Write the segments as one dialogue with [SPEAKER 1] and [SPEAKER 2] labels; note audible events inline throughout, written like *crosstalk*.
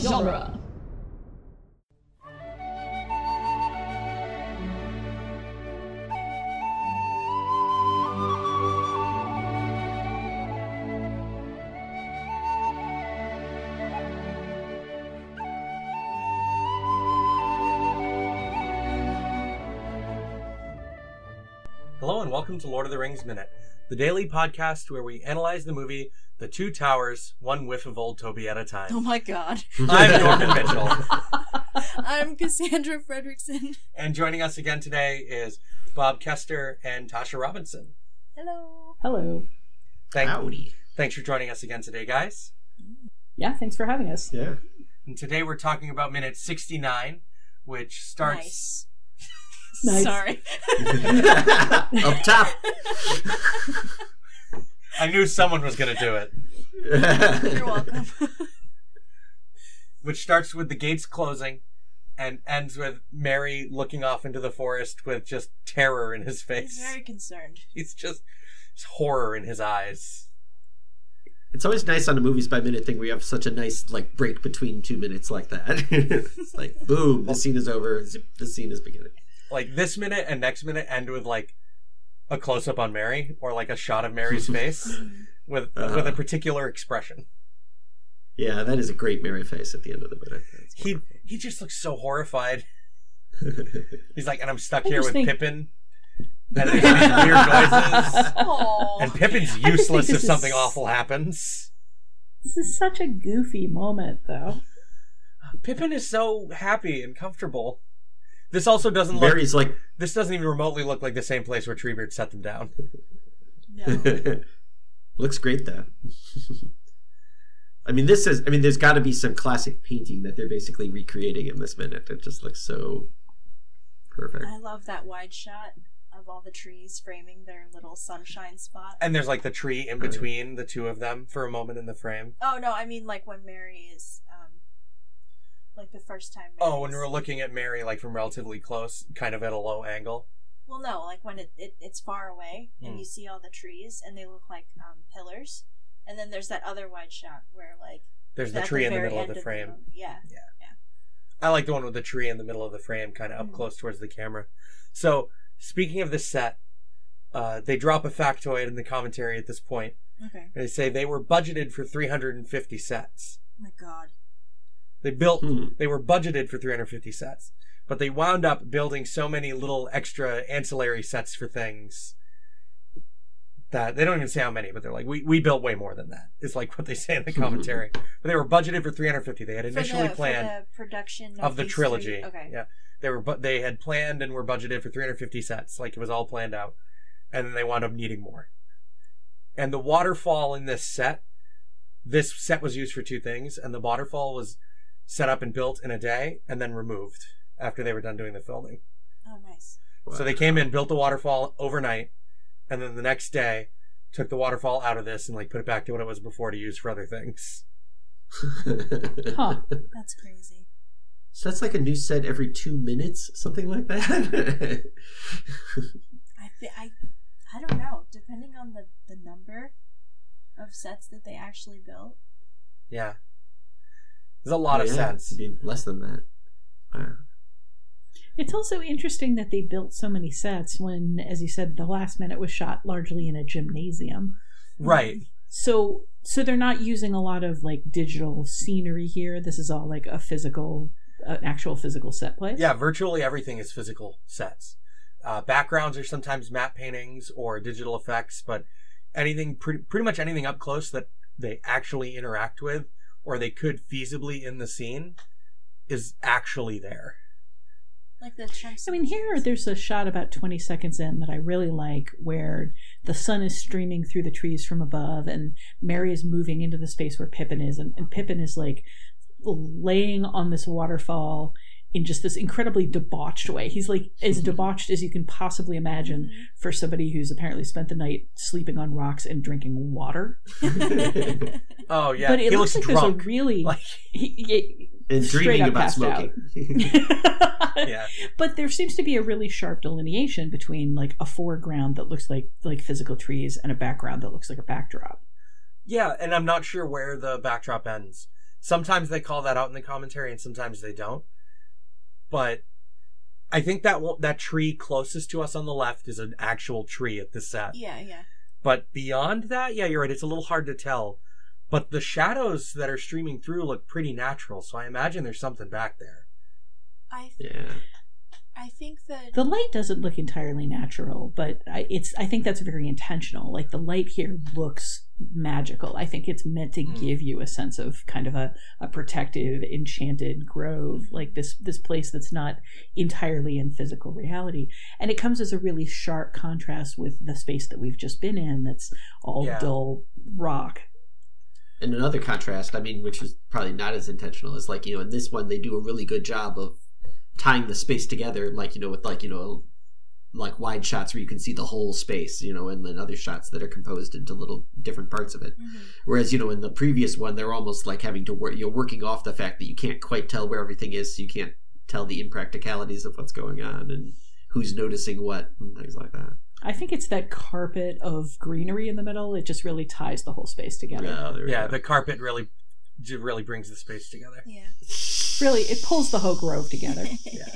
[SPEAKER 1] genre.
[SPEAKER 2] Hello and welcome to Lord of the Rings Minute, the daily podcast where we analyze the movie The Two Towers, one whiff of old Toby at a
[SPEAKER 1] Oh
[SPEAKER 2] time.
[SPEAKER 1] my god.
[SPEAKER 2] I'm *laughs* Norman Mitchell,
[SPEAKER 1] I'm Cassandra Fredrickson.
[SPEAKER 2] and joining us again today is Bob Kester and Tasha Robinson.
[SPEAKER 1] Hello.
[SPEAKER 3] *laughs* Hello.
[SPEAKER 2] Thank,
[SPEAKER 4] Howdy.
[SPEAKER 2] thanks for joining us again today, guys.
[SPEAKER 3] Yeah, thanks for having us.
[SPEAKER 4] Yeah.
[SPEAKER 2] And today we're talking about minute 69, which starts.
[SPEAKER 1] Nice.
[SPEAKER 3] Nice.
[SPEAKER 1] Sorry.
[SPEAKER 4] Up top.
[SPEAKER 2] I knew someone was going to do it. *laughs*
[SPEAKER 1] You're welcome.
[SPEAKER 2] Which starts with the gates closing and ends with Mary looking off into the forest with just terror in his face.
[SPEAKER 1] He's very concerned.
[SPEAKER 2] He's just it's horror in his eyes.
[SPEAKER 4] It's always nice on a movies by minute thing where you have such a nice like break between two minutes like that. *laughs* it's like boom, the scene is over, zip, the scene is beginning.
[SPEAKER 2] Like this minute and next minute end with like a close up on Mary or like a shot of Mary's face with
[SPEAKER 4] Uh-huh.
[SPEAKER 2] with a particular expression.
[SPEAKER 4] Yeah, that is a great Mary face at the end of the minute. That's
[SPEAKER 2] He he just looks so horrified.
[SPEAKER 4] wonderful.
[SPEAKER 2] He's like, and I'm stuck
[SPEAKER 3] I
[SPEAKER 2] here
[SPEAKER 3] just
[SPEAKER 2] with
[SPEAKER 3] think-
[SPEAKER 2] Pippin. And they
[SPEAKER 3] *laughs*
[SPEAKER 2] make weird noises.
[SPEAKER 1] Aww.
[SPEAKER 2] And Pippin's
[SPEAKER 3] think
[SPEAKER 2] useless if
[SPEAKER 3] this is-
[SPEAKER 2] something awful happens.
[SPEAKER 3] This is such a goofy moment, though.
[SPEAKER 2] Pippin is so happy and comfortable. This also doesn't look
[SPEAKER 4] Mary's like *laughs*
[SPEAKER 2] this doesn't even remotely look like the same place where Treebeard set them down. *laughs*
[SPEAKER 1] No.
[SPEAKER 4] looks great though. *laughs* I mean, this is. I mean, there's got to be some classic painting that they're basically recreating in this minute. It just looks so perfect.
[SPEAKER 1] I love that wide shot of all the trees framing their little sunshine spot.
[SPEAKER 2] And there's like the tree in
[SPEAKER 4] Right.
[SPEAKER 2] between the two of them for a moment in the frame.
[SPEAKER 1] Oh no, I mean like when Mary is um like the first time Mary
[SPEAKER 2] Oh, when
[SPEAKER 1] is-
[SPEAKER 2] we're looking at Mary like from relatively close, kind of at a low angle.
[SPEAKER 1] Well, no, like when it, it it's far away and
[SPEAKER 2] Mm.
[SPEAKER 1] you see all the trees and they look like um, pillars, and then there's that other wide shot where like
[SPEAKER 2] There's the
[SPEAKER 1] at
[SPEAKER 2] tree in the
[SPEAKER 1] very
[SPEAKER 2] middle of
[SPEAKER 1] end
[SPEAKER 2] the frame.
[SPEAKER 1] movie- yeah,
[SPEAKER 2] I like the one with the tree in the middle of the frame, kind of up
[SPEAKER 1] Mhm.
[SPEAKER 2] close towards the camera. So, speaking of this set, uh, they drop a factoid in the commentary at this point.
[SPEAKER 1] okay.
[SPEAKER 2] They say they were budgeted for 350 sets.
[SPEAKER 1] my God,
[SPEAKER 2] They built
[SPEAKER 4] Hmm.
[SPEAKER 2] they were budgeted for 350 sets but they wound up building so many little extra ancillary sets for things that they don't even say how many but they're like we, we built way more than that is like what they say in the commentary but they were budgeted for 350 they had initially
[SPEAKER 1] for the,
[SPEAKER 2] planned
[SPEAKER 1] for the production of,
[SPEAKER 2] of the
[SPEAKER 1] these
[SPEAKER 2] trilogy
[SPEAKER 1] three- okay,
[SPEAKER 2] yeah they were but they had planned and were budgeted for 350 sets like it was all planned out and then they wound up needing more and the waterfall in this set this set was used for two things and the waterfall was set up and built in a day and then removed after they were done doing the filming
[SPEAKER 1] oh nice,
[SPEAKER 2] so they came in built the waterfall overnight and then the next day took the waterfall out of this and like put it back to what it was before to use for other things *laughs*
[SPEAKER 3] Huh.
[SPEAKER 1] that's crazy.
[SPEAKER 4] *laughs* So that's like a new set every two minutes, something
[SPEAKER 3] *laughs*
[SPEAKER 4] like that.
[SPEAKER 1] I thi- I I don't know. Depending on the the number of sets that they actually built,
[SPEAKER 2] yeah there's a lot of
[SPEAKER 4] Yeah,
[SPEAKER 2] sets
[SPEAKER 4] I mean, less than that. Wow.
[SPEAKER 3] It's also interesting that they built so many sets when, as you said, the last minute was shot largely in a gymnasium.
[SPEAKER 2] right
[SPEAKER 3] So, so they're not using a lot of like digital scenery here. This is all like a physical, an actual physical set place.
[SPEAKER 2] Yeah, virtually everything is physical sets. Uh, backgrounds are sometimes matte paintings or digital effects, but anything, pre- pretty much anything up close that they actually interact with or they could feasibly in the scene is actually there.
[SPEAKER 1] like the chunks.
[SPEAKER 3] I mean, here there's a shot about 20 seconds in that I really like where the sun is streaming through the trees from above and Mary is moving into the space where Pippin is. And, and Pippin is like laying on this waterfall in just this incredibly debauched way. He's like as
[SPEAKER 2] Mm-hmm.
[SPEAKER 3] debauched as you can possibly imagine
[SPEAKER 1] Mhm.
[SPEAKER 3] for somebody who's apparently spent the night sleeping on rocks and drinking water.
[SPEAKER 2] Oh, yeah.
[SPEAKER 3] but it
[SPEAKER 2] he
[SPEAKER 3] looks,
[SPEAKER 2] looks,
[SPEAKER 3] like
[SPEAKER 2] drunk.
[SPEAKER 3] there's a really.
[SPEAKER 2] *laughs* Like-
[SPEAKER 3] he-
[SPEAKER 4] and
[SPEAKER 3] Straight
[SPEAKER 4] dreaming
[SPEAKER 3] up
[SPEAKER 4] about
[SPEAKER 3] passed out. *laughs*
[SPEAKER 4] smoking.
[SPEAKER 2] *laughs*
[SPEAKER 4] *laughs*
[SPEAKER 2] yeah.
[SPEAKER 3] but there seems to be a really sharp delineation between like a foreground that looks like like physical trees and a background that looks like a backdrop
[SPEAKER 2] Yeah, and I'm not sure where the backdrop ends. Sometimes they call that out in the commentary, and sometimes they don't. But I think that one- that tree closest to us on the left is an actual tree at the set.
[SPEAKER 1] *laughs* Yeah, yeah.
[SPEAKER 2] But beyond that, yeah, you're right. It's a little hard to tell. But the shadows that are streaming through look pretty natural, so I imagine there's something back there.
[SPEAKER 1] I th-
[SPEAKER 4] Yeah.
[SPEAKER 1] I think that
[SPEAKER 3] The light doesn't look entirely natural, but I, it's I think that's very intentional. Like the light here looks magical. I think it's meant to
[SPEAKER 2] Mm.
[SPEAKER 3] give you a sense of kind of a, a protective, enchanted grove, like this this place that's not entirely in physical reality. And it comes as a really sharp contrast with the space that we've just been in that's all
[SPEAKER 2] Yeah.
[SPEAKER 3] dull rock.
[SPEAKER 4] And another contrast, I mean, which is probably not as intentional, is like, you know, in this one, they do a really good job of tying the space together, like, you know, with like, you know, like wide shots where you can see the whole space, you know, and then other shots that are composed into little different parts of it.
[SPEAKER 1] Mhm.
[SPEAKER 4] Whereas, you know, in the previous one, they're almost like having to work, you're working off the fact that you can't quite tell where everything is, so you can't tell the impracticalities of what's going on and who's noticing what and things like that.
[SPEAKER 3] I think it's that carpet of greenery in the middle. It just really ties the whole space together.
[SPEAKER 4] there we
[SPEAKER 2] Yeah,
[SPEAKER 4] *laughs* go.
[SPEAKER 2] the carpet really really brings the space together.
[SPEAKER 1] yeah.
[SPEAKER 3] Really, it pulls the whole grove
[SPEAKER 1] *laughs*
[SPEAKER 3] together.
[SPEAKER 2] Yeah.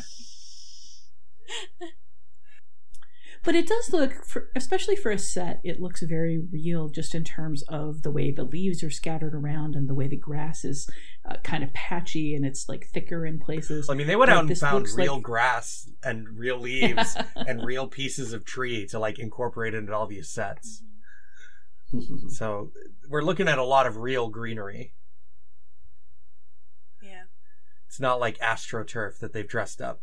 [SPEAKER 3] But it does look, for, especially for a set, it looks very real just in terms of the way the leaves are scattered around and the way the grass is uh, kind of patchy and it's like thicker in places.
[SPEAKER 2] I mean, they went
[SPEAKER 3] Like,
[SPEAKER 2] out and
[SPEAKER 3] this
[SPEAKER 2] found
[SPEAKER 3] looks like-
[SPEAKER 2] real grass and real leaves
[SPEAKER 3] *laughs*
[SPEAKER 2] and real pieces of tree to like incorporate into all these sets.
[SPEAKER 1] Mhm.
[SPEAKER 4] Mm-hmm.
[SPEAKER 2] So we're looking at a lot of real greenery.
[SPEAKER 1] Yeah.
[SPEAKER 2] It's not like astroturf that they've dressed up.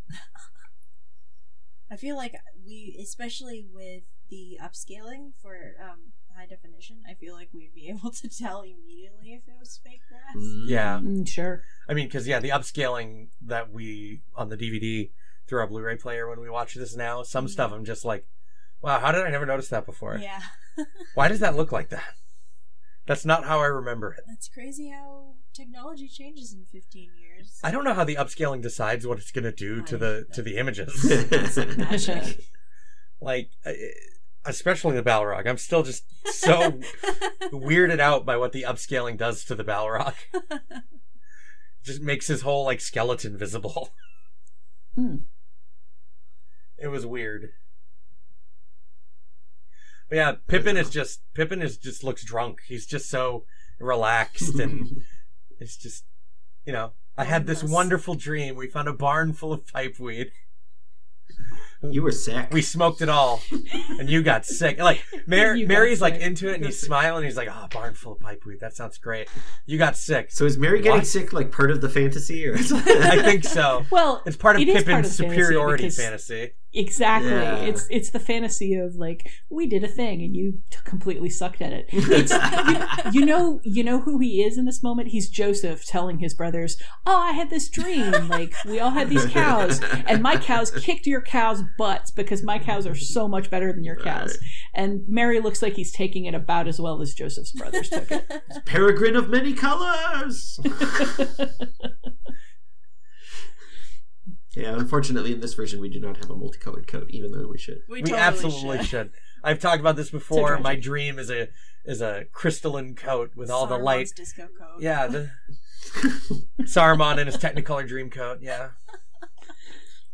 [SPEAKER 1] I feel like we, especially with the upscaling for um, high definition, I feel like we'd be *laughs* able to tell immediately if it was fake grass.
[SPEAKER 2] Yeah.
[SPEAKER 3] Mm, sure.
[SPEAKER 2] I mean, because yeah, the upscaling that we on the DVD through our Blu-ray player when we watch this now, some
[SPEAKER 1] Mhm.
[SPEAKER 2] stuff I'm just like, wow, how did I never notice that before?
[SPEAKER 1] Yeah,
[SPEAKER 2] Why does that look like that? That's not how I remember it.
[SPEAKER 1] that's crazy how technology changes in 15 years.
[SPEAKER 2] I don't know how the upscaling decides what it's going to do to
[SPEAKER 1] I-
[SPEAKER 2] the to the images.
[SPEAKER 1] *laughs*
[SPEAKER 2] *laughs*
[SPEAKER 1] Magic.
[SPEAKER 2] like, uh, especially the Balrog. I'm still just
[SPEAKER 1] *laughs*
[SPEAKER 2] so weirded out by what the upscaling does to the Balrog. Just makes his whole like skeleton visible. *laughs*
[SPEAKER 3] Hmm.
[SPEAKER 2] It was weird. But yeah, Pippin is just Pippin is just looks drunk. He's just so relaxed
[SPEAKER 4] *laughs*
[SPEAKER 2] and it's just you know, I had this
[SPEAKER 1] Mindless.
[SPEAKER 2] wonderful dream. We found a barn full of pipeweed.
[SPEAKER 4] you were sick.
[SPEAKER 2] We smoked it all, and you got sick. Like
[SPEAKER 3] *laughs*
[SPEAKER 2] Mar-
[SPEAKER 3] You got
[SPEAKER 2] Mary's like
[SPEAKER 3] sick.
[SPEAKER 2] into it, and
[SPEAKER 3] You *laughs*
[SPEAKER 2] he's
[SPEAKER 3] got sick.
[SPEAKER 2] smiling. He's like, "Ah, barn full of pipeweed. That sounds great." You got sick.
[SPEAKER 4] so is Mary getting
[SPEAKER 2] What?
[SPEAKER 4] sick like part of the fantasy
[SPEAKER 2] *laughs*
[SPEAKER 4] or
[SPEAKER 2] I think so.
[SPEAKER 3] Well,
[SPEAKER 2] It's part of
[SPEAKER 3] It is
[SPEAKER 2] Pippin's
[SPEAKER 3] part of fantasy
[SPEAKER 2] superiority
[SPEAKER 3] because-
[SPEAKER 2] fantasy.
[SPEAKER 3] exactly.
[SPEAKER 4] Yeah.
[SPEAKER 3] It's it's the fantasy of like we did a thing and you t- completely sucked at *laughs*
[SPEAKER 4] *laughs*
[SPEAKER 3] it. It's *laughs* you, you know you know who he is in this moment. He's Joseph telling his brothers, "Oh, I had this dream. Like we all had these cows, and my cows kicked your cows' butts because my cows are so much better than your cows. And Mary looks like he's taking it about as well as Joseph's brothers took it.
[SPEAKER 4] Peregrine of many colors. yeah, unfortunately, in this version, we do not have a multicolored coat, even though we should.
[SPEAKER 1] we,
[SPEAKER 2] We,
[SPEAKER 1] totally
[SPEAKER 2] absolutely should.
[SPEAKER 1] should.
[SPEAKER 2] I've talked about this before. My
[SPEAKER 3] tragedy.
[SPEAKER 2] dream is a is a crystalline coat with all the
[SPEAKER 1] Sauron's
[SPEAKER 2] light.
[SPEAKER 1] disco code.
[SPEAKER 3] *laughs*
[SPEAKER 2] Yeah, the Saruman in his Technicolor dream coat. Yeah,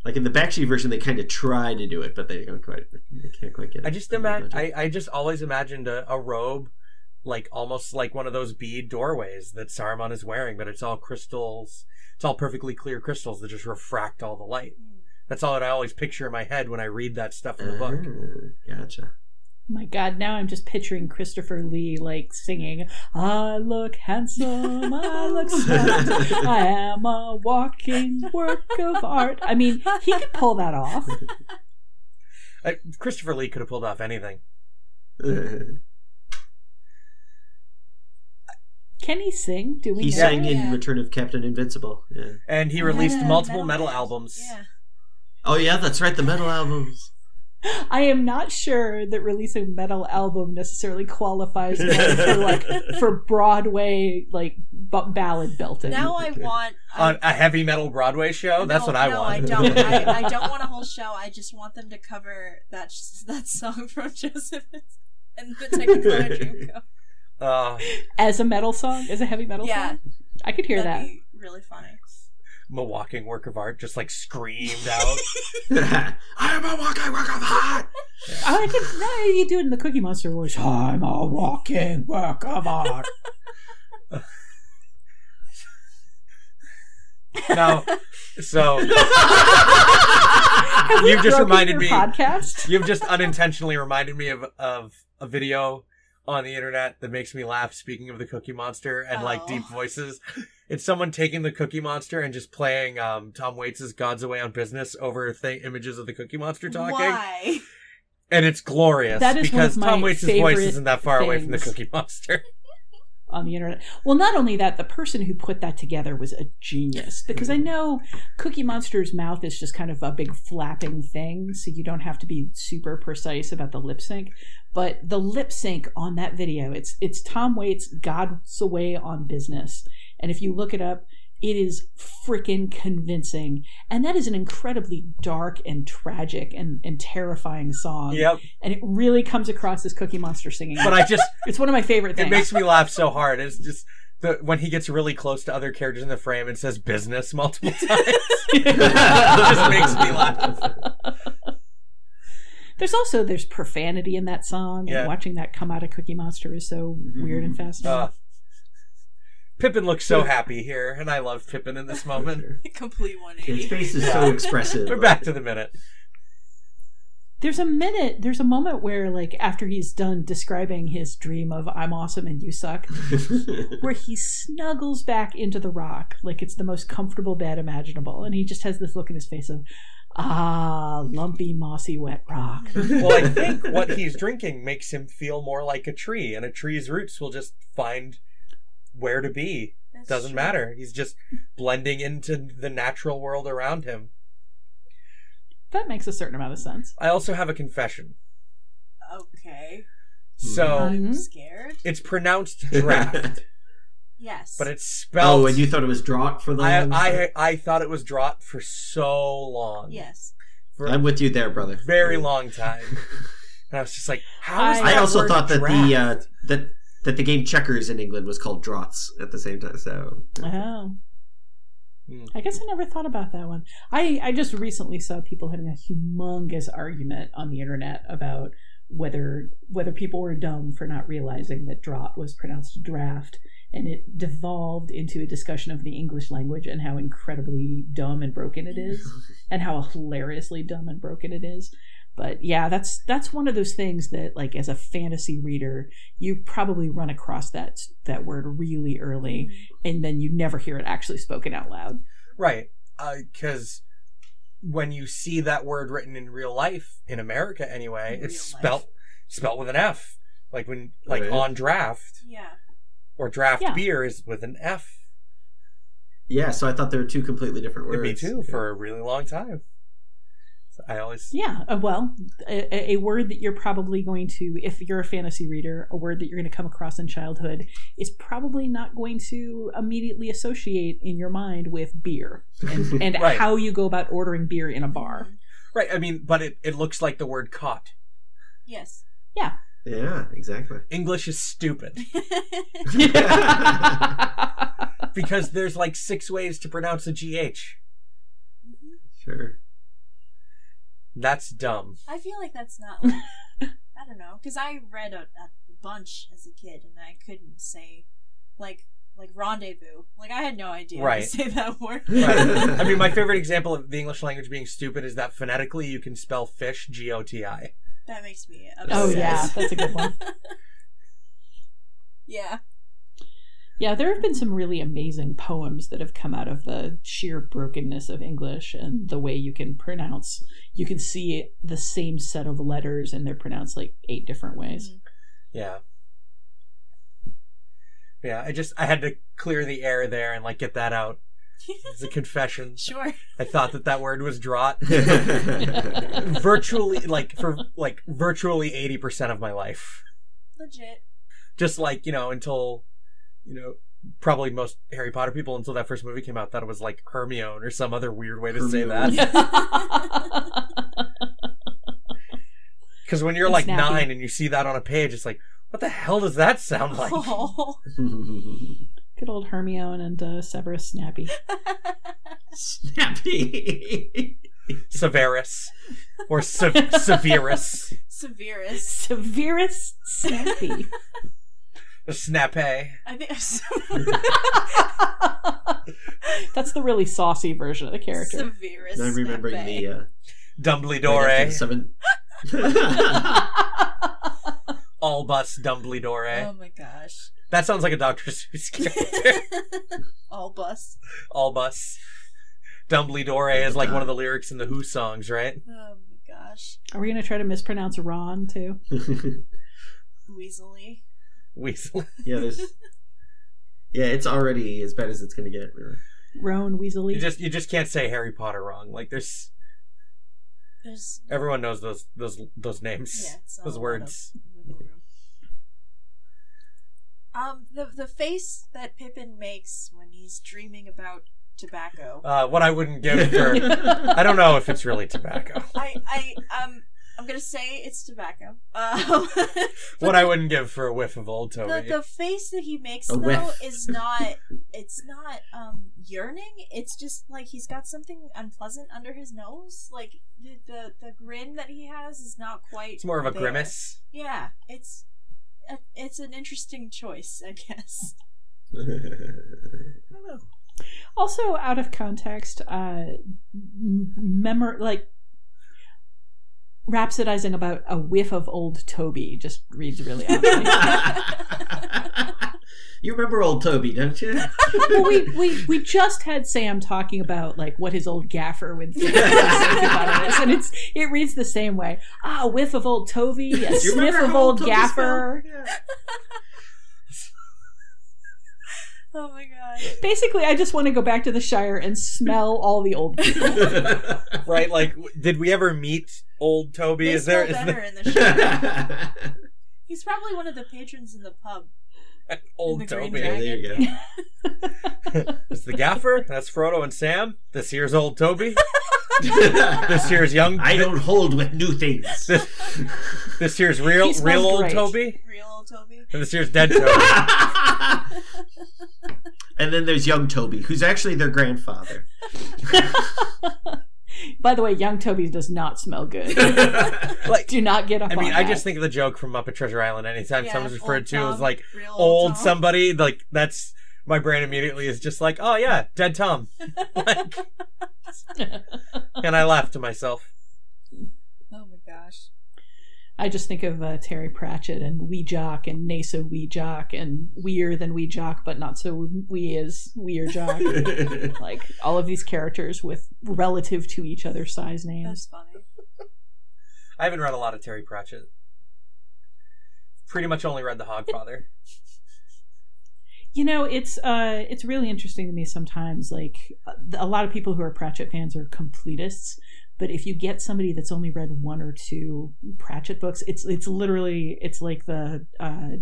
[SPEAKER 4] like in the Bakshi version, they kind of try to do it, but they don't quite. They can't quite get it.
[SPEAKER 2] I just imagine. I, I just always imagined a, a robe, like almost like one of those bead doorways that Saruman is wearing, but it's all crystals. It's all perfectly clear crystals that just refract all the light.
[SPEAKER 1] Mm.
[SPEAKER 2] That's all that I always picture in my head when I read that stuff in the book.
[SPEAKER 4] Ah,
[SPEAKER 2] *laughs*
[SPEAKER 4] gotcha.
[SPEAKER 3] My God, now I'm just picturing Christopher Lee like singing, I look handsome, I look
[SPEAKER 4] *laughs*
[SPEAKER 3] smart, I am a walking work of art. I mean, he could pull that off.
[SPEAKER 2] I, Christopher Lee could have pulled off anything.
[SPEAKER 3] Can he sing? Do we
[SPEAKER 4] *laughs* he
[SPEAKER 3] know?
[SPEAKER 4] sang in
[SPEAKER 1] Yeah.
[SPEAKER 4] Return of Captain Invincible. Yeah.
[SPEAKER 2] And he released
[SPEAKER 1] Yeah,
[SPEAKER 2] multiple metal,
[SPEAKER 1] band.
[SPEAKER 2] albums.
[SPEAKER 1] Yeah.
[SPEAKER 4] Oh yeah, that's right. The
[SPEAKER 2] *laughs*
[SPEAKER 4] metal albums.
[SPEAKER 3] I am not sure that releasing a metal album necessarily qualifies for
[SPEAKER 2] *laughs*
[SPEAKER 3] like for Broadway like b- ballad belting.
[SPEAKER 1] Now I want. uh, I,
[SPEAKER 2] On a heavy metal Broadway show? Oh, That's
[SPEAKER 1] no,
[SPEAKER 2] what I
[SPEAKER 1] no,
[SPEAKER 2] want.
[SPEAKER 1] I don't. I, I don't want a whole show. I just want them to cover that sh- that song from *laughs* Joseph
[SPEAKER 3] *laughs*
[SPEAKER 1] and the Technicolor Dreamcoat.
[SPEAKER 2] *laughs* Uh,
[SPEAKER 3] as a metal song, as a heavy metal
[SPEAKER 1] Yeah,
[SPEAKER 3] song. I could hear
[SPEAKER 1] That'd
[SPEAKER 3] that.
[SPEAKER 1] be really funny.
[SPEAKER 2] I'm a walking work of art, just like screamed out. *laughs*
[SPEAKER 4] I am a walking work of art.
[SPEAKER 3] Oh, I could. No, you do it in the Cookie Monster voice. I'm a walking work of
[SPEAKER 2] *laughs*
[SPEAKER 3] art.
[SPEAKER 2] no, so
[SPEAKER 3] Have we
[SPEAKER 2] You've just
[SPEAKER 3] broken
[SPEAKER 2] reminded
[SPEAKER 3] your
[SPEAKER 2] me.
[SPEAKER 3] Podcast.
[SPEAKER 2] *laughs* you've just unintentionally reminded me of, of a video on the internet that makes me laugh. Speaking of the Cookie Monster and like
[SPEAKER 1] Oh.
[SPEAKER 2] deep voices, it's someone taking the Cookie Monster and just playing um, Tom Waits's "God's Away on Business" over thing images of the Cookie Monster talking,
[SPEAKER 1] Why? *laughs*
[SPEAKER 2] and it's glorious
[SPEAKER 3] That is one of
[SPEAKER 2] because Tom
[SPEAKER 3] my
[SPEAKER 2] Waits's voice
[SPEAKER 3] favorite
[SPEAKER 2] isn't that far away from the
[SPEAKER 3] things.
[SPEAKER 2] Cookie
[SPEAKER 3] *laughs*
[SPEAKER 2] Monster.
[SPEAKER 3] on the internet. Well, not only that, the person who put that together was a genius because I
[SPEAKER 2] Mm-hmm.
[SPEAKER 3] know Cookie Monster's mouth is just kind of a big flapping thing, so you don't have to be super precise about the lip sync. But the lip sync on that video, it's it's Tom Waits' "God's Away on Business," and if you look it up. It is freaking convincing. And that is an incredibly dark and tragic and, and terrifying song.
[SPEAKER 2] yep,
[SPEAKER 3] And it really comes across as Cookie Monster singing.
[SPEAKER 2] but I just
[SPEAKER 3] it's one of my favorite things.
[SPEAKER 2] It makes me laugh so hard. It's just the when he gets really close to other characters in the frame and says
[SPEAKER 3] *laughs*
[SPEAKER 2] business multiple times.
[SPEAKER 4] *laughs*
[SPEAKER 2] just makes me laugh.
[SPEAKER 3] There's also there's profanity in that song,
[SPEAKER 2] Yeah. Mm-hmm.
[SPEAKER 3] and watching that come out of Cookie Monster is so weird and fascinating.
[SPEAKER 2] Uh, Pippin looks so happy here, and I love Pippin in this moment.
[SPEAKER 4] *laughs*
[SPEAKER 1] Complete 180.
[SPEAKER 4] His face is so expressive.
[SPEAKER 2] We're back to the minute.
[SPEAKER 3] there's a minute, there's a moment where like after he's done describing his dream of I'm awesome and you suck,
[SPEAKER 2] Mm-hmm.
[SPEAKER 3] where he snuggles back into the rock like it's the most comfortable bed imaginable, and he just has this look in his face of ah lumpy mossy wet rock.
[SPEAKER 2] *laughs* Well, I think what he's drinking makes him feel more like a tree, and a tree's roots will just find where to be.
[SPEAKER 1] That's
[SPEAKER 2] Doesn't
[SPEAKER 1] true.
[SPEAKER 2] matter. He's just blending into the natural world around him.
[SPEAKER 3] That makes a certain amount of sense.
[SPEAKER 2] I also have a confession.
[SPEAKER 1] Okay.
[SPEAKER 2] So
[SPEAKER 1] I'm
[SPEAKER 3] Mhm.
[SPEAKER 1] scared.
[SPEAKER 2] it's pronounced draft.
[SPEAKER 1] Yes.
[SPEAKER 2] but it's spelled.
[SPEAKER 4] *laughs* oh, and you thought it was draught for the
[SPEAKER 2] I,
[SPEAKER 4] longest time?
[SPEAKER 2] I I thought it was draught for so long,
[SPEAKER 1] yes.
[SPEAKER 2] for
[SPEAKER 4] I'm
[SPEAKER 2] a
[SPEAKER 4] with you there, brother. *laughs*
[SPEAKER 2] very long time, and I was just like, how is
[SPEAKER 3] I-
[SPEAKER 4] I
[SPEAKER 2] that
[SPEAKER 4] also
[SPEAKER 2] word
[SPEAKER 4] thought that
[SPEAKER 2] draft?
[SPEAKER 4] the uh, that that the game checkers in England was called draughts at the same time. So
[SPEAKER 3] Oh.
[SPEAKER 2] Hmm.
[SPEAKER 3] I guess I never thought about that one. I, I just recently saw people having a humongous argument on the internet about whether whether people were dumb for not realizing that draught was pronounced draft, and it devolved into a discussion of the English language and how incredibly dumb and broken it is, and how hilariously dumb and broken it is. But yeah, that's that's one of those things that like as a fantasy reader, you probably run across that that word really early
[SPEAKER 1] Mm,
[SPEAKER 3] and then you never hear it actually spoken out loud.
[SPEAKER 2] right because when you see that word written in real life in America anyway,
[SPEAKER 1] In
[SPEAKER 2] it's
[SPEAKER 1] real
[SPEAKER 2] spelt spelt with an F, like when like
[SPEAKER 4] Right.
[SPEAKER 2] on draft
[SPEAKER 1] Yeah.
[SPEAKER 2] or draft
[SPEAKER 3] Yeah.
[SPEAKER 2] beer is with an F.
[SPEAKER 4] yeah, so I thought there were two completely different words.
[SPEAKER 2] Me too for a really long time. So I always
[SPEAKER 3] Yeah, uh, well, a, a word that you're probably going to, if you're a fantasy reader, a word that you're going to come across in childhood is probably not going to immediately associate in your mind with beer and, and
[SPEAKER 2] Right.
[SPEAKER 3] how you go about ordering beer in a
[SPEAKER 1] *laughs*
[SPEAKER 3] bar. *laughs*
[SPEAKER 2] right. I mean, but it, it looks like the word caught.
[SPEAKER 1] Mm, Yes.
[SPEAKER 4] *laughs* yeah, exactly.
[SPEAKER 2] English is stupid.
[SPEAKER 1] *laughs*
[SPEAKER 2] *laughs*
[SPEAKER 3] yeah,
[SPEAKER 2] because there's like six ways to pronounce a gh.
[SPEAKER 1] Mhm.
[SPEAKER 4] Sure.
[SPEAKER 2] That's dumb.
[SPEAKER 1] I feel like that's not like I don't know because I read a, a bunch as a kid and I couldn't say like like rendezvous like I had no idea how to
[SPEAKER 2] Right.
[SPEAKER 1] say that *laughs* word.
[SPEAKER 2] Right. I mean, my favorite example of the English language being stupid is that phonetically you can spell fish G O T I.
[SPEAKER 1] That makes me upset.
[SPEAKER 4] Oh, yeah,
[SPEAKER 3] that's a good one.
[SPEAKER 1] yeah.
[SPEAKER 3] there have been some really amazing poems that have come out of the sheer brokenness of English and the way you can pronounce. You can see the same set of letters and they're pronounced like eight different ways.
[SPEAKER 1] Mhm.
[SPEAKER 2] Yeah. Yeah, I just I had to clear the air there and like get that out. It's a confession.
[SPEAKER 1] Mm. *laughs* Sure.
[SPEAKER 2] I thought that that word was draught. Virtually, like for like virtually eighty percent of my life.
[SPEAKER 1] Legit.
[SPEAKER 2] just like you know until you know probably most harry potter people until that first movie came out thought it was like hermione or some other weird way to say
[SPEAKER 4] Hermione.
[SPEAKER 2] that
[SPEAKER 3] Mm-hmm.
[SPEAKER 2] because when you're
[SPEAKER 3] And
[SPEAKER 2] like
[SPEAKER 3] snappy.
[SPEAKER 2] nine
[SPEAKER 1] *laughs*
[SPEAKER 2] and you see that on a page it's like what the hell does that sound like
[SPEAKER 1] oh.
[SPEAKER 3] *laughs* Good good old Hermione and uh, Severus Snappy.
[SPEAKER 4] Snappy.
[SPEAKER 2] Severus or Se- Severus,
[SPEAKER 1] Severus.
[SPEAKER 3] Severus Snappy.
[SPEAKER 2] Snape.
[SPEAKER 1] I think
[SPEAKER 3] *laughs* That's the really saucy version of the character.
[SPEAKER 1] Severus.
[SPEAKER 4] I'm remembering the
[SPEAKER 1] Snape.
[SPEAKER 4] uh, right after the
[SPEAKER 2] Dumbledore,
[SPEAKER 4] seven.
[SPEAKER 2] *laughs*
[SPEAKER 4] *laughs*
[SPEAKER 2] Albus Dumbledore.
[SPEAKER 1] Oh my gosh. *laughs*
[SPEAKER 2] that sounds like a Dr. Seuss *laughs* character.
[SPEAKER 1] All bus.
[SPEAKER 2] Albus Dumbledore is like one of the lyrics in the Who songs, right?
[SPEAKER 1] Oh my gosh.
[SPEAKER 3] *laughs* Are we going to try to mispronounce Ron too?
[SPEAKER 1] Weasley.
[SPEAKER 2] Weasley.
[SPEAKER 4] yeah, there's. Yeah, it's already as bad as it's gonna get. Really.
[SPEAKER 3] Roan Weasley.
[SPEAKER 2] You just you just can't say Harry Potter wrong. Like there's
[SPEAKER 1] There's
[SPEAKER 2] everyone knows those those those names.
[SPEAKER 1] yeah, Oh, it's not
[SPEAKER 2] those
[SPEAKER 1] a lot
[SPEAKER 2] words.
[SPEAKER 1] of wiggle room. Um, the the face that Pippin makes when he's dreaming about
[SPEAKER 2] *laughs*
[SPEAKER 1] tobacco.
[SPEAKER 2] Uh, what I wouldn't give for
[SPEAKER 3] *laughs*
[SPEAKER 2] I don't know if it's really
[SPEAKER 1] *laughs*
[SPEAKER 2] tobacco.
[SPEAKER 1] I I um I'm gonna say it's tobacco. Um,
[SPEAKER 2] What I wouldn't give for a whiff of old
[SPEAKER 1] the,
[SPEAKER 2] Toby.
[SPEAKER 1] the face that he makes
[SPEAKER 4] A
[SPEAKER 1] though
[SPEAKER 4] whiff.
[SPEAKER 1] is not it's not um yearning. It's just like he's got something unpleasant under his nose. Like the the, the grin that he has is not quite.
[SPEAKER 2] it's more of a
[SPEAKER 1] there.
[SPEAKER 2] grimace.
[SPEAKER 1] Yeah, it's a, it's an interesting choice, I guess. *laughs*
[SPEAKER 3] also out of context uh m- memor like rhapsodizing about a whiff of old toby just reads
[SPEAKER 4] *laughs*
[SPEAKER 3] really oddly
[SPEAKER 4] you remember old Toby, don't you?
[SPEAKER 3] well, *laughs* we, we we just had sam talking about like what his old gaffer would think about it is, and it's it reads the same way ah a whiff of old toby a
[SPEAKER 4] *laughs* Do you
[SPEAKER 3] sniff
[SPEAKER 4] remember
[SPEAKER 3] of
[SPEAKER 4] how
[SPEAKER 3] old
[SPEAKER 4] Toby
[SPEAKER 3] gaffer
[SPEAKER 4] smelled?
[SPEAKER 1] Oh my god.
[SPEAKER 3] basically i just want to go back to the shire and smell all the old people
[SPEAKER 2] Right?
[SPEAKER 1] *laughs*
[SPEAKER 2] Like w- did we ever meet old Toby?
[SPEAKER 1] They
[SPEAKER 2] is there
[SPEAKER 1] smell
[SPEAKER 2] is
[SPEAKER 1] better
[SPEAKER 2] there
[SPEAKER 1] in the
[SPEAKER 2] *laughs*
[SPEAKER 1] show.
[SPEAKER 4] Yeah.
[SPEAKER 1] He's probably one of the patrons in the pub.
[SPEAKER 2] old *laughs*
[SPEAKER 1] in the Green
[SPEAKER 2] Toby?
[SPEAKER 4] Dragon. there you
[SPEAKER 1] Dragon.
[SPEAKER 2] It's the gaffer, that's Frodo and Sam. This here's old
[SPEAKER 1] *laughs*
[SPEAKER 2] Toby. This here's young
[SPEAKER 4] *laughs* I don't hold with new things.
[SPEAKER 2] This-
[SPEAKER 4] *laughs*
[SPEAKER 2] This here's real
[SPEAKER 3] He smells
[SPEAKER 2] real old
[SPEAKER 3] great.
[SPEAKER 2] Toby.
[SPEAKER 1] *laughs* Real old Toby.
[SPEAKER 2] And this here's dead Toby.
[SPEAKER 4] and then there's young Toby, who's actually their grandfather.
[SPEAKER 3] by the way young toby does not smell
[SPEAKER 4] *laughs*
[SPEAKER 3] good *laughs*
[SPEAKER 2] like
[SPEAKER 3] do not get up
[SPEAKER 2] I mean,
[SPEAKER 3] on
[SPEAKER 2] I
[SPEAKER 3] that.
[SPEAKER 2] just think of the joke from Muppet Treasure Island. Anytime
[SPEAKER 1] Yeah,
[SPEAKER 2] someone's referred
[SPEAKER 1] old
[SPEAKER 2] to
[SPEAKER 1] Tom.
[SPEAKER 2] as like
[SPEAKER 1] Real
[SPEAKER 2] old
[SPEAKER 1] Tom.
[SPEAKER 2] somebody, like that's my brain immediately is just like, oh yeah, dead
[SPEAKER 1] *laughs*
[SPEAKER 2] Tom, like, and I laugh to myself.
[SPEAKER 1] Oh my gosh.
[SPEAKER 3] I just think of uh, Terry Pratchett and Wee Jock and NASA Wee Jock and Weir than Wee Jock, but not so Wee as Weir
[SPEAKER 4] *laughs*
[SPEAKER 3] Jock. like all of these characters with relative to each other size
[SPEAKER 1] That's
[SPEAKER 3] names.
[SPEAKER 1] funny.
[SPEAKER 2] I haven't read a lot of Terry Pratchett. Pretty much only read The Hogfather.
[SPEAKER 3] You know, it's uh, it's really interesting to me sometimes. Like uh, a lot of people who are Pratchett fans are completists, but if you get somebody that's only read one or two Pratchett books, it's it's literally it's like the uh,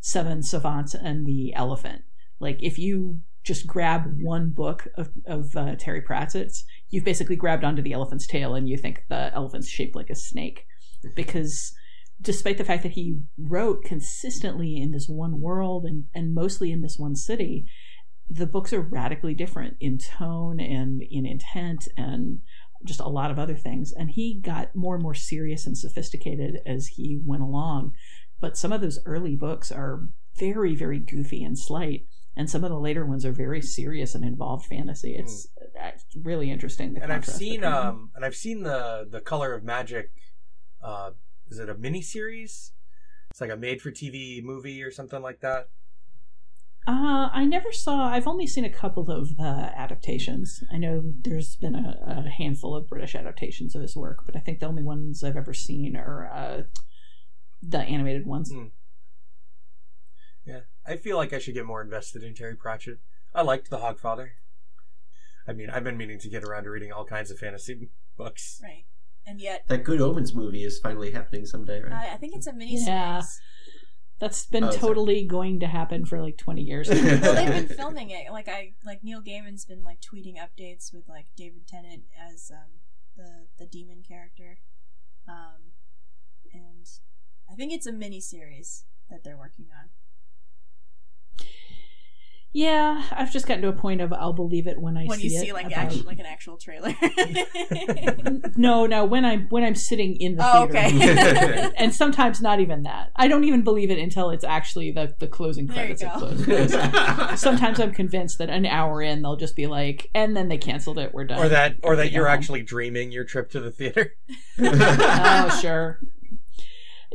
[SPEAKER 3] Seven Savants and the Elephant. Like if you just grab one book of, of uh, Terry Pratchett's, you've basically grabbed onto the elephant's tail, and you think the elephant's shaped like a snake, because despite the fact that he wrote consistently in this one world and, and mostly in this one city, the books are radically different in tone and in intent and just a lot of other things. And he got more and more serious and sophisticated as he went along. But some of those early books are very, very goofy and slight. And some of the later ones are very serious and involved fantasy. It's uh, really interesting. the
[SPEAKER 2] and I've
[SPEAKER 3] contrast
[SPEAKER 2] seen
[SPEAKER 3] between them.
[SPEAKER 2] um and I've seen the the Color of Magic uh is it a mini series? It's like a made for TV movie or something like that.
[SPEAKER 3] Uh, I never saw. I've only seen a couple of the adaptations. I know there's been a, a handful of British adaptations of his work, but I think the only ones I've ever seen are uh, the animated ones.
[SPEAKER 2] Mm. I feel like I should get more invested in Terry Pratchett. I liked The Hogfather. I mean, I've been meaning to get around to reading all kinds of fantasy *laughs* books.
[SPEAKER 1] Right. And yet,
[SPEAKER 4] that Good Omens movie is finally happening someday,
[SPEAKER 1] uh,
[SPEAKER 4] right?
[SPEAKER 1] I think it's a miniseries.
[SPEAKER 3] Yeah.
[SPEAKER 2] *laughs*
[SPEAKER 3] That's been
[SPEAKER 4] Oh, sorry.
[SPEAKER 3] totally going to happen for like 20
[SPEAKER 2] *laughs*
[SPEAKER 3] years.
[SPEAKER 1] Well, they've been filming it. Like I, like Neil Gaiman's been like tweeting updates with like David Tennant as um, the the demon character, um, and I think it's a mini series that they're working on.
[SPEAKER 3] Yeah, I've just gotten to a point of I'll believe it when I
[SPEAKER 1] when
[SPEAKER 3] see
[SPEAKER 1] you
[SPEAKER 3] it.
[SPEAKER 1] see like
[SPEAKER 3] about-
[SPEAKER 1] actual,
[SPEAKER 3] *laughs*
[SPEAKER 1] like an actual trailer. *laughs*
[SPEAKER 3] no, no, when I'm when I'm sitting in the
[SPEAKER 1] oh,
[SPEAKER 3] theater.
[SPEAKER 1] okay.
[SPEAKER 3] *laughs* And sometimes not even that. I don't even believe it until it's actually the, the closing
[SPEAKER 1] There you
[SPEAKER 3] credits. have
[SPEAKER 1] go.
[SPEAKER 3] closed. *laughs* Sometimes I'm convinced that an hour in they'll just be like, and then they canceled it. We're done.
[SPEAKER 2] or that or that you're
[SPEAKER 3] Yeah.
[SPEAKER 2] actually dreaming your trip to the theater.
[SPEAKER 4] *laughs*
[SPEAKER 3] oh sure.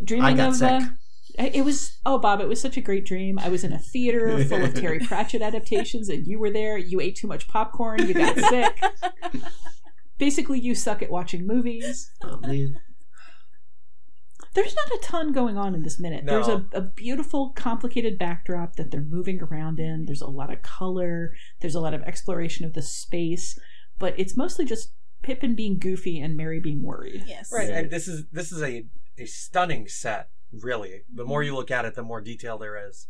[SPEAKER 3] Dreaming
[SPEAKER 4] I got
[SPEAKER 3] of
[SPEAKER 4] sick.
[SPEAKER 3] Uh, it was oh Bob, it was such a great dream. I was in a theater full of
[SPEAKER 4] *laughs*
[SPEAKER 3] Terry Pratchett adaptations, and you were there. You ate too much popcorn. You got sick.
[SPEAKER 4] *laughs*
[SPEAKER 3] Basically, you suck at watching movies.
[SPEAKER 4] oh, man.
[SPEAKER 3] There's not a ton going on in this minute. There's a,
[SPEAKER 2] No.
[SPEAKER 3] a beautiful, complicated backdrop that they're moving around in. There's a lot of color. There's a lot of exploration of the space, but it's mostly just Pippin being goofy and Mary being worried.
[SPEAKER 1] *laughs* yes.
[SPEAKER 2] Right. And this is this is a a stunning set, really. The more you look at it, the more detail there is.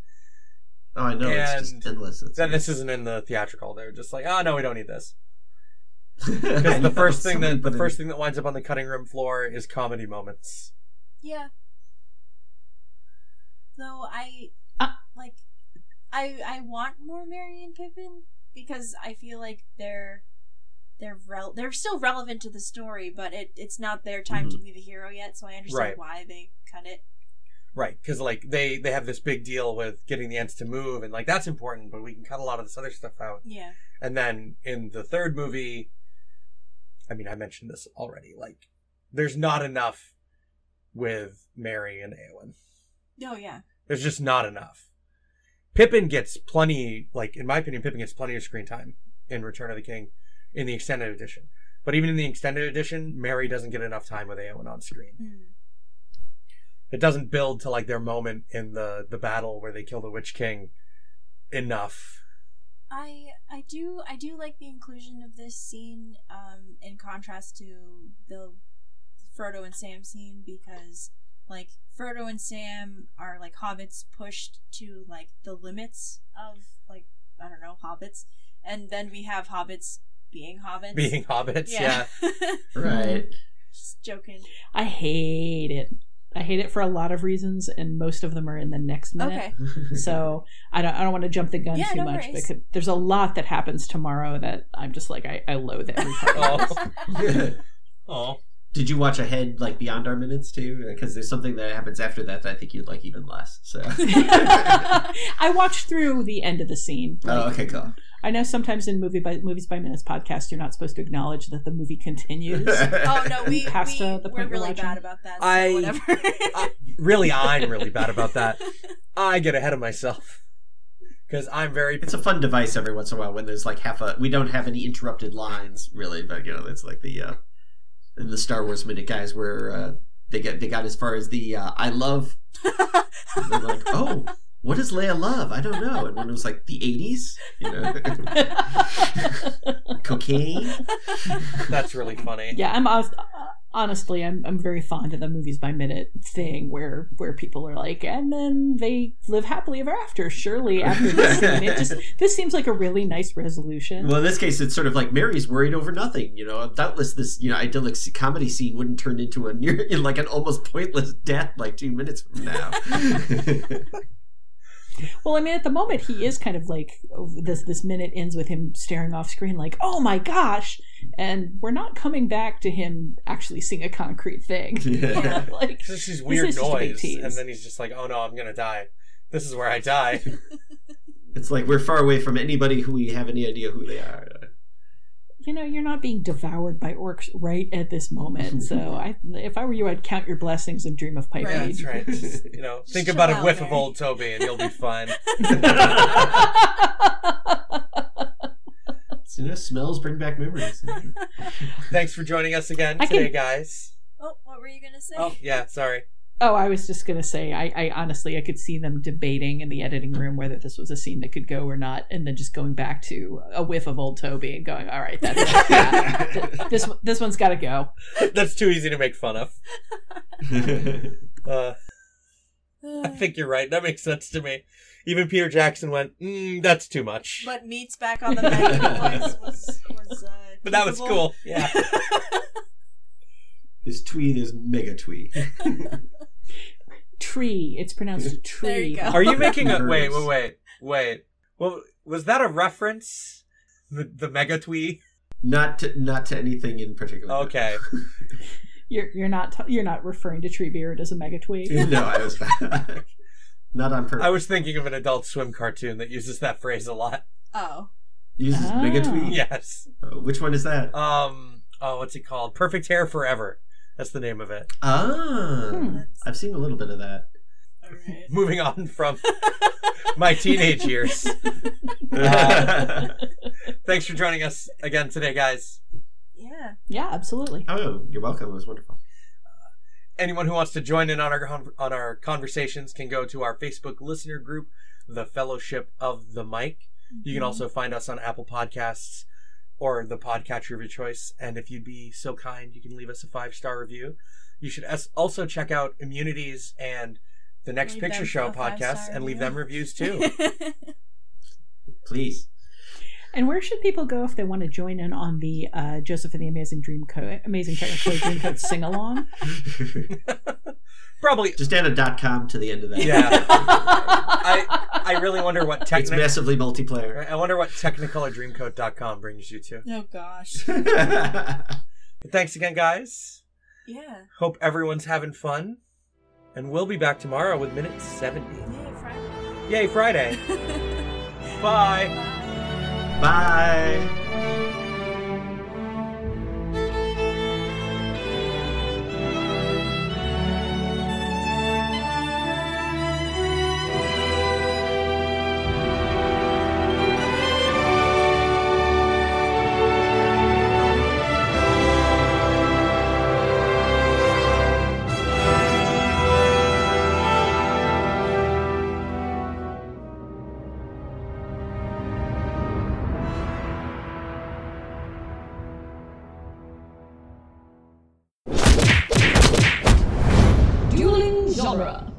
[SPEAKER 4] Oh, I know. it's
[SPEAKER 2] And
[SPEAKER 4] just endless. It's *laughs*
[SPEAKER 2] Then this isn't in the theatrical. They're just like, oh no, we don't need this. Because the first thing that the first thing that winds up on the cutting room floor is comedy moments.
[SPEAKER 1] Yeah. Though I
[SPEAKER 3] Uh.
[SPEAKER 1] like I I want more Mary and Pippin because I feel like they're they're rel- they're still relevant to the story, but it, it's not their time
[SPEAKER 3] Mm-hmm.
[SPEAKER 1] to be the hero yet, so I understand
[SPEAKER 2] Right.
[SPEAKER 1] why they cut it.
[SPEAKER 2] Right, because like they they have this big deal with getting the ants to move, and like that's important, but we can cut a lot of this other stuff out.
[SPEAKER 1] Yeah.
[SPEAKER 2] And then in the third movie, I mean, I mentioned this already. Like, there's not enough with Mary and Awen.
[SPEAKER 1] Oh yeah.
[SPEAKER 2] There's just not enough. Pippin gets plenty, like in my opinion, Pippin gets plenty of screen time in Return of the King, in the extended edition. But even in the extended edition, Mary doesn't get enough time with Awen on screen.
[SPEAKER 1] Mm.
[SPEAKER 2] it doesn't build to like their moment in the the battle where they kill the witch king enough
[SPEAKER 1] I I do I do like the inclusion of this scene um, in contrast to the Frodo and Sam scene because like Frodo and Sam are like hobbits pushed to like the limits of like I don't know hobbits and then we have hobbits being hobbits
[SPEAKER 2] being hobbits yeah,
[SPEAKER 4] right.
[SPEAKER 1] *laughs* just joking
[SPEAKER 3] I hate it. I hate it for a lot of reasons, and most of them are in the next minute.
[SPEAKER 1] okay *laughs*
[SPEAKER 3] So I don't. I don't want to jump the gun
[SPEAKER 1] Yeah,
[SPEAKER 3] too
[SPEAKER 1] no
[SPEAKER 3] much
[SPEAKER 1] worries.
[SPEAKER 3] because there's a lot that happens tomorrow that I'm just like I, I loathe
[SPEAKER 1] *laughs*
[SPEAKER 3] every part. of it.
[SPEAKER 2] oh oh
[SPEAKER 4] *laughs* Did you watch ahead like beyond our minutes too? Because there's something that happens after that that I think you'd like even less. So.
[SPEAKER 3] *laughs* I watched through the end of the scene.
[SPEAKER 4] *laughs* oh, okay, cool.
[SPEAKER 3] I know sometimes in movie by movies by minutes podcast, you're not supposed to acknowledge that the movie continues.
[SPEAKER 4] *laughs*
[SPEAKER 1] oh no we,
[SPEAKER 3] Past,
[SPEAKER 1] we
[SPEAKER 3] uh, the
[SPEAKER 1] we're
[SPEAKER 3] point you're
[SPEAKER 1] really
[SPEAKER 3] watching.
[SPEAKER 1] bad about that so
[SPEAKER 2] I-
[SPEAKER 1] whatever
[SPEAKER 2] *laughs*
[SPEAKER 1] *laughs*
[SPEAKER 2] I- really *laughs* i'm really bad about that i get ahead of myself because i'm very
[SPEAKER 4] It's a fun device every once in a while when there's like half a. We don't have any interrupted lines really, but you know that's like the uh, in the Star Wars minute guys where uh, they get they got as far as the uh, I love. And they're like, oh, what does Leia love? I don't know. And one was like the '80s, you know, *laughs* cocaine.
[SPEAKER 2] that's really funny
[SPEAKER 3] *laughs* yeah, I'm hon- honestly, I'm I'm very fond of the movies by minute thing where where people are like, and then they live happily ever after. Surely after
[SPEAKER 2] *laughs*
[SPEAKER 3] this, scene, it just this seems like a really nice resolution.
[SPEAKER 4] Well, in this case, it's sort of like Mary's worried over nothing. You know, doubtless this you know idyllic s- comedy scene wouldn't turn into a near *laughs* like an almost pointless death like two minutes from now. *laughs*
[SPEAKER 3] Well, I mean, at the moment, he is kind of like oh, this. This minute ends with him staring off screen, like, "Oh my gosh!" And we're not coming back to him actually seeing a concrete
[SPEAKER 2] *laughs*
[SPEAKER 3] thing. *laughs*
[SPEAKER 4] Yeah.
[SPEAKER 3] like,
[SPEAKER 2] It's just this weird
[SPEAKER 3] is just a big
[SPEAKER 2] noise
[SPEAKER 3] tease.
[SPEAKER 2] and then he's just like oh no i'm gonna die this is where i die
[SPEAKER 4] It's like we're far away from anybody who we have any idea who they are.
[SPEAKER 3] you know, you're not being devoured by orcs right at this moment. So, I, if I were you, I'd count your blessings and dream of pipe
[SPEAKER 1] *laughs* Right.
[SPEAKER 2] yeah,
[SPEAKER 3] weed.
[SPEAKER 2] that's right Just, you know
[SPEAKER 1] Just
[SPEAKER 2] think
[SPEAKER 1] chill
[SPEAKER 2] about a
[SPEAKER 1] out,
[SPEAKER 2] whiff of
[SPEAKER 1] Mary.
[SPEAKER 2] old toby and you'll be
[SPEAKER 1] *laughs*
[SPEAKER 2] fine
[SPEAKER 3] *laughs*
[SPEAKER 4] So, *laughs* you know, smells bring back memories.
[SPEAKER 2] thanks for joining us again
[SPEAKER 3] I can-
[SPEAKER 2] today guys
[SPEAKER 1] oh what were you gonna say *sighs*
[SPEAKER 2] oh yeah sorry *laughs*
[SPEAKER 3] oh, I was just gonna say, I, I honestly, I could see them debating in the editing room whether this was a scene that could go or not, and then just going back to a whiff of old Toby and going, "All right, that's it. *laughs* Yeah.
[SPEAKER 4] *laughs*
[SPEAKER 3] this one- this one's got to go."
[SPEAKER 2] that's too easy to make fun of uh I think you're right. That makes sense to me. Even Peter Jackson went, mm, "That's too much," but,
[SPEAKER 1] But meats back on
[SPEAKER 3] *laughs*
[SPEAKER 1] the menu was, was, was uh,
[SPEAKER 2] that was
[SPEAKER 1] feasible. *laughs*
[SPEAKER 2] cool. Yeah,
[SPEAKER 4] His tweet is mega tweet.
[SPEAKER 3] Tree. It's pronounced tree.
[SPEAKER 1] There you go.
[SPEAKER 2] are you making a
[SPEAKER 4] Nerds.
[SPEAKER 2] wait, wait, wait, wait? Well, Was that a reference? The, the mega twee?
[SPEAKER 4] Not to, not to anything in particular.
[SPEAKER 2] Okay.
[SPEAKER 3] You're you're not t- you're not referring to Treebeard as a mega tweet.
[SPEAKER 4] no, I was *laughs* not on purpose.
[SPEAKER 2] I was thinking of an adult swim cartoon that uses that phrase a lot.
[SPEAKER 1] Oh,
[SPEAKER 4] Uses
[SPEAKER 3] Ah.
[SPEAKER 4] mega
[SPEAKER 2] *laughs*
[SPEAKER 4] tweet.
[SPEAKER 2] Yes.
[SPEAKER 4] Oh, Which one is that?
[SPEAKER 2] Um oh what's it called? Perfect Hair Forever. That's the name of it.
[SPEAKER 4] Ah,
[SPEAKER 3] Hmm.
[SPEAKER 1] that's
[SPEAKER 4] I've seen a little bit of that.
[SPEAKER 3] *laughs*
[SPEAKER 1] all right.
[SPEAKER 2] Moving on from my teenage years. Thanks for joining us again today, guys.
[SPEAKER 1] Yeah.
[SPEAKER 3] Yeah, absolutely.
[SPEAKER 4] oh, you're welcome. It was wonderful.
[SPEAKER 2] Anyone who wants to join in on our con- on our conversations can go to our Facebook listener group, The Fellowship of the Mic. You can
[SPEAKER 1] *laughs*
[SPEAKER 2] also find us on Apple Podcasts or the podcatcher of your choice. And if you'd be so kind, you can leave us a five star review. You should as- also check out Immunities and the Next
[SPEAKER 1] Leave
[SPEAKER 2] Picture
[SPEAKER 1] them
[SPEAKER 2] Show
[SPEAKER 1] a five-star
[SPEAKER 2] podcast and leave
[SPEAKER 1] review.
[SPEAKER 2] them reviews
[SPEAKER 1] *laughs*
[SPEAKER 2] too.
[SPEAKER 4] Please.
[SPEAKER 3] And where should people go if they want to join in on the uh, Joseph and the Amazing Dream Co- Amazing Technicolor Dreamcoat sing along?
[SPEAKER 2] Probably.
[SPEAKER 4] *laughs* Just add a dot com to the end of that.
[SPEAKER 2] Yeah. *laughs* I really wonder what
[SPEAKER 4] It's
[SPEAKER 2] technical.
[SPEAKER 4] massively multiplayer.
[SPEAKER 2] I wonder what technicolordreamcoat.com brings you to.
[SPEAKER 1] oh gosh.
[SPEAKER 2] But thanks again, guys.
[SPEAKER 3] *laughs*
[SPEAKER 1] Yeah.
[SPEAKER 2] Hope everyone's having fun. And we'll be back tomorrow with minute 70.
[SPEAKER 1] Yeah,
[SPEAKER 2] Yay,
[SPEAKER 1] Friday.
[SPEAKER 2] Friday. Bye.
[SPEAKER 1] *laughs* Bye.
[SPEAKER 4] *laughs* Bye.
[SPEAKER 5] Dueling genre.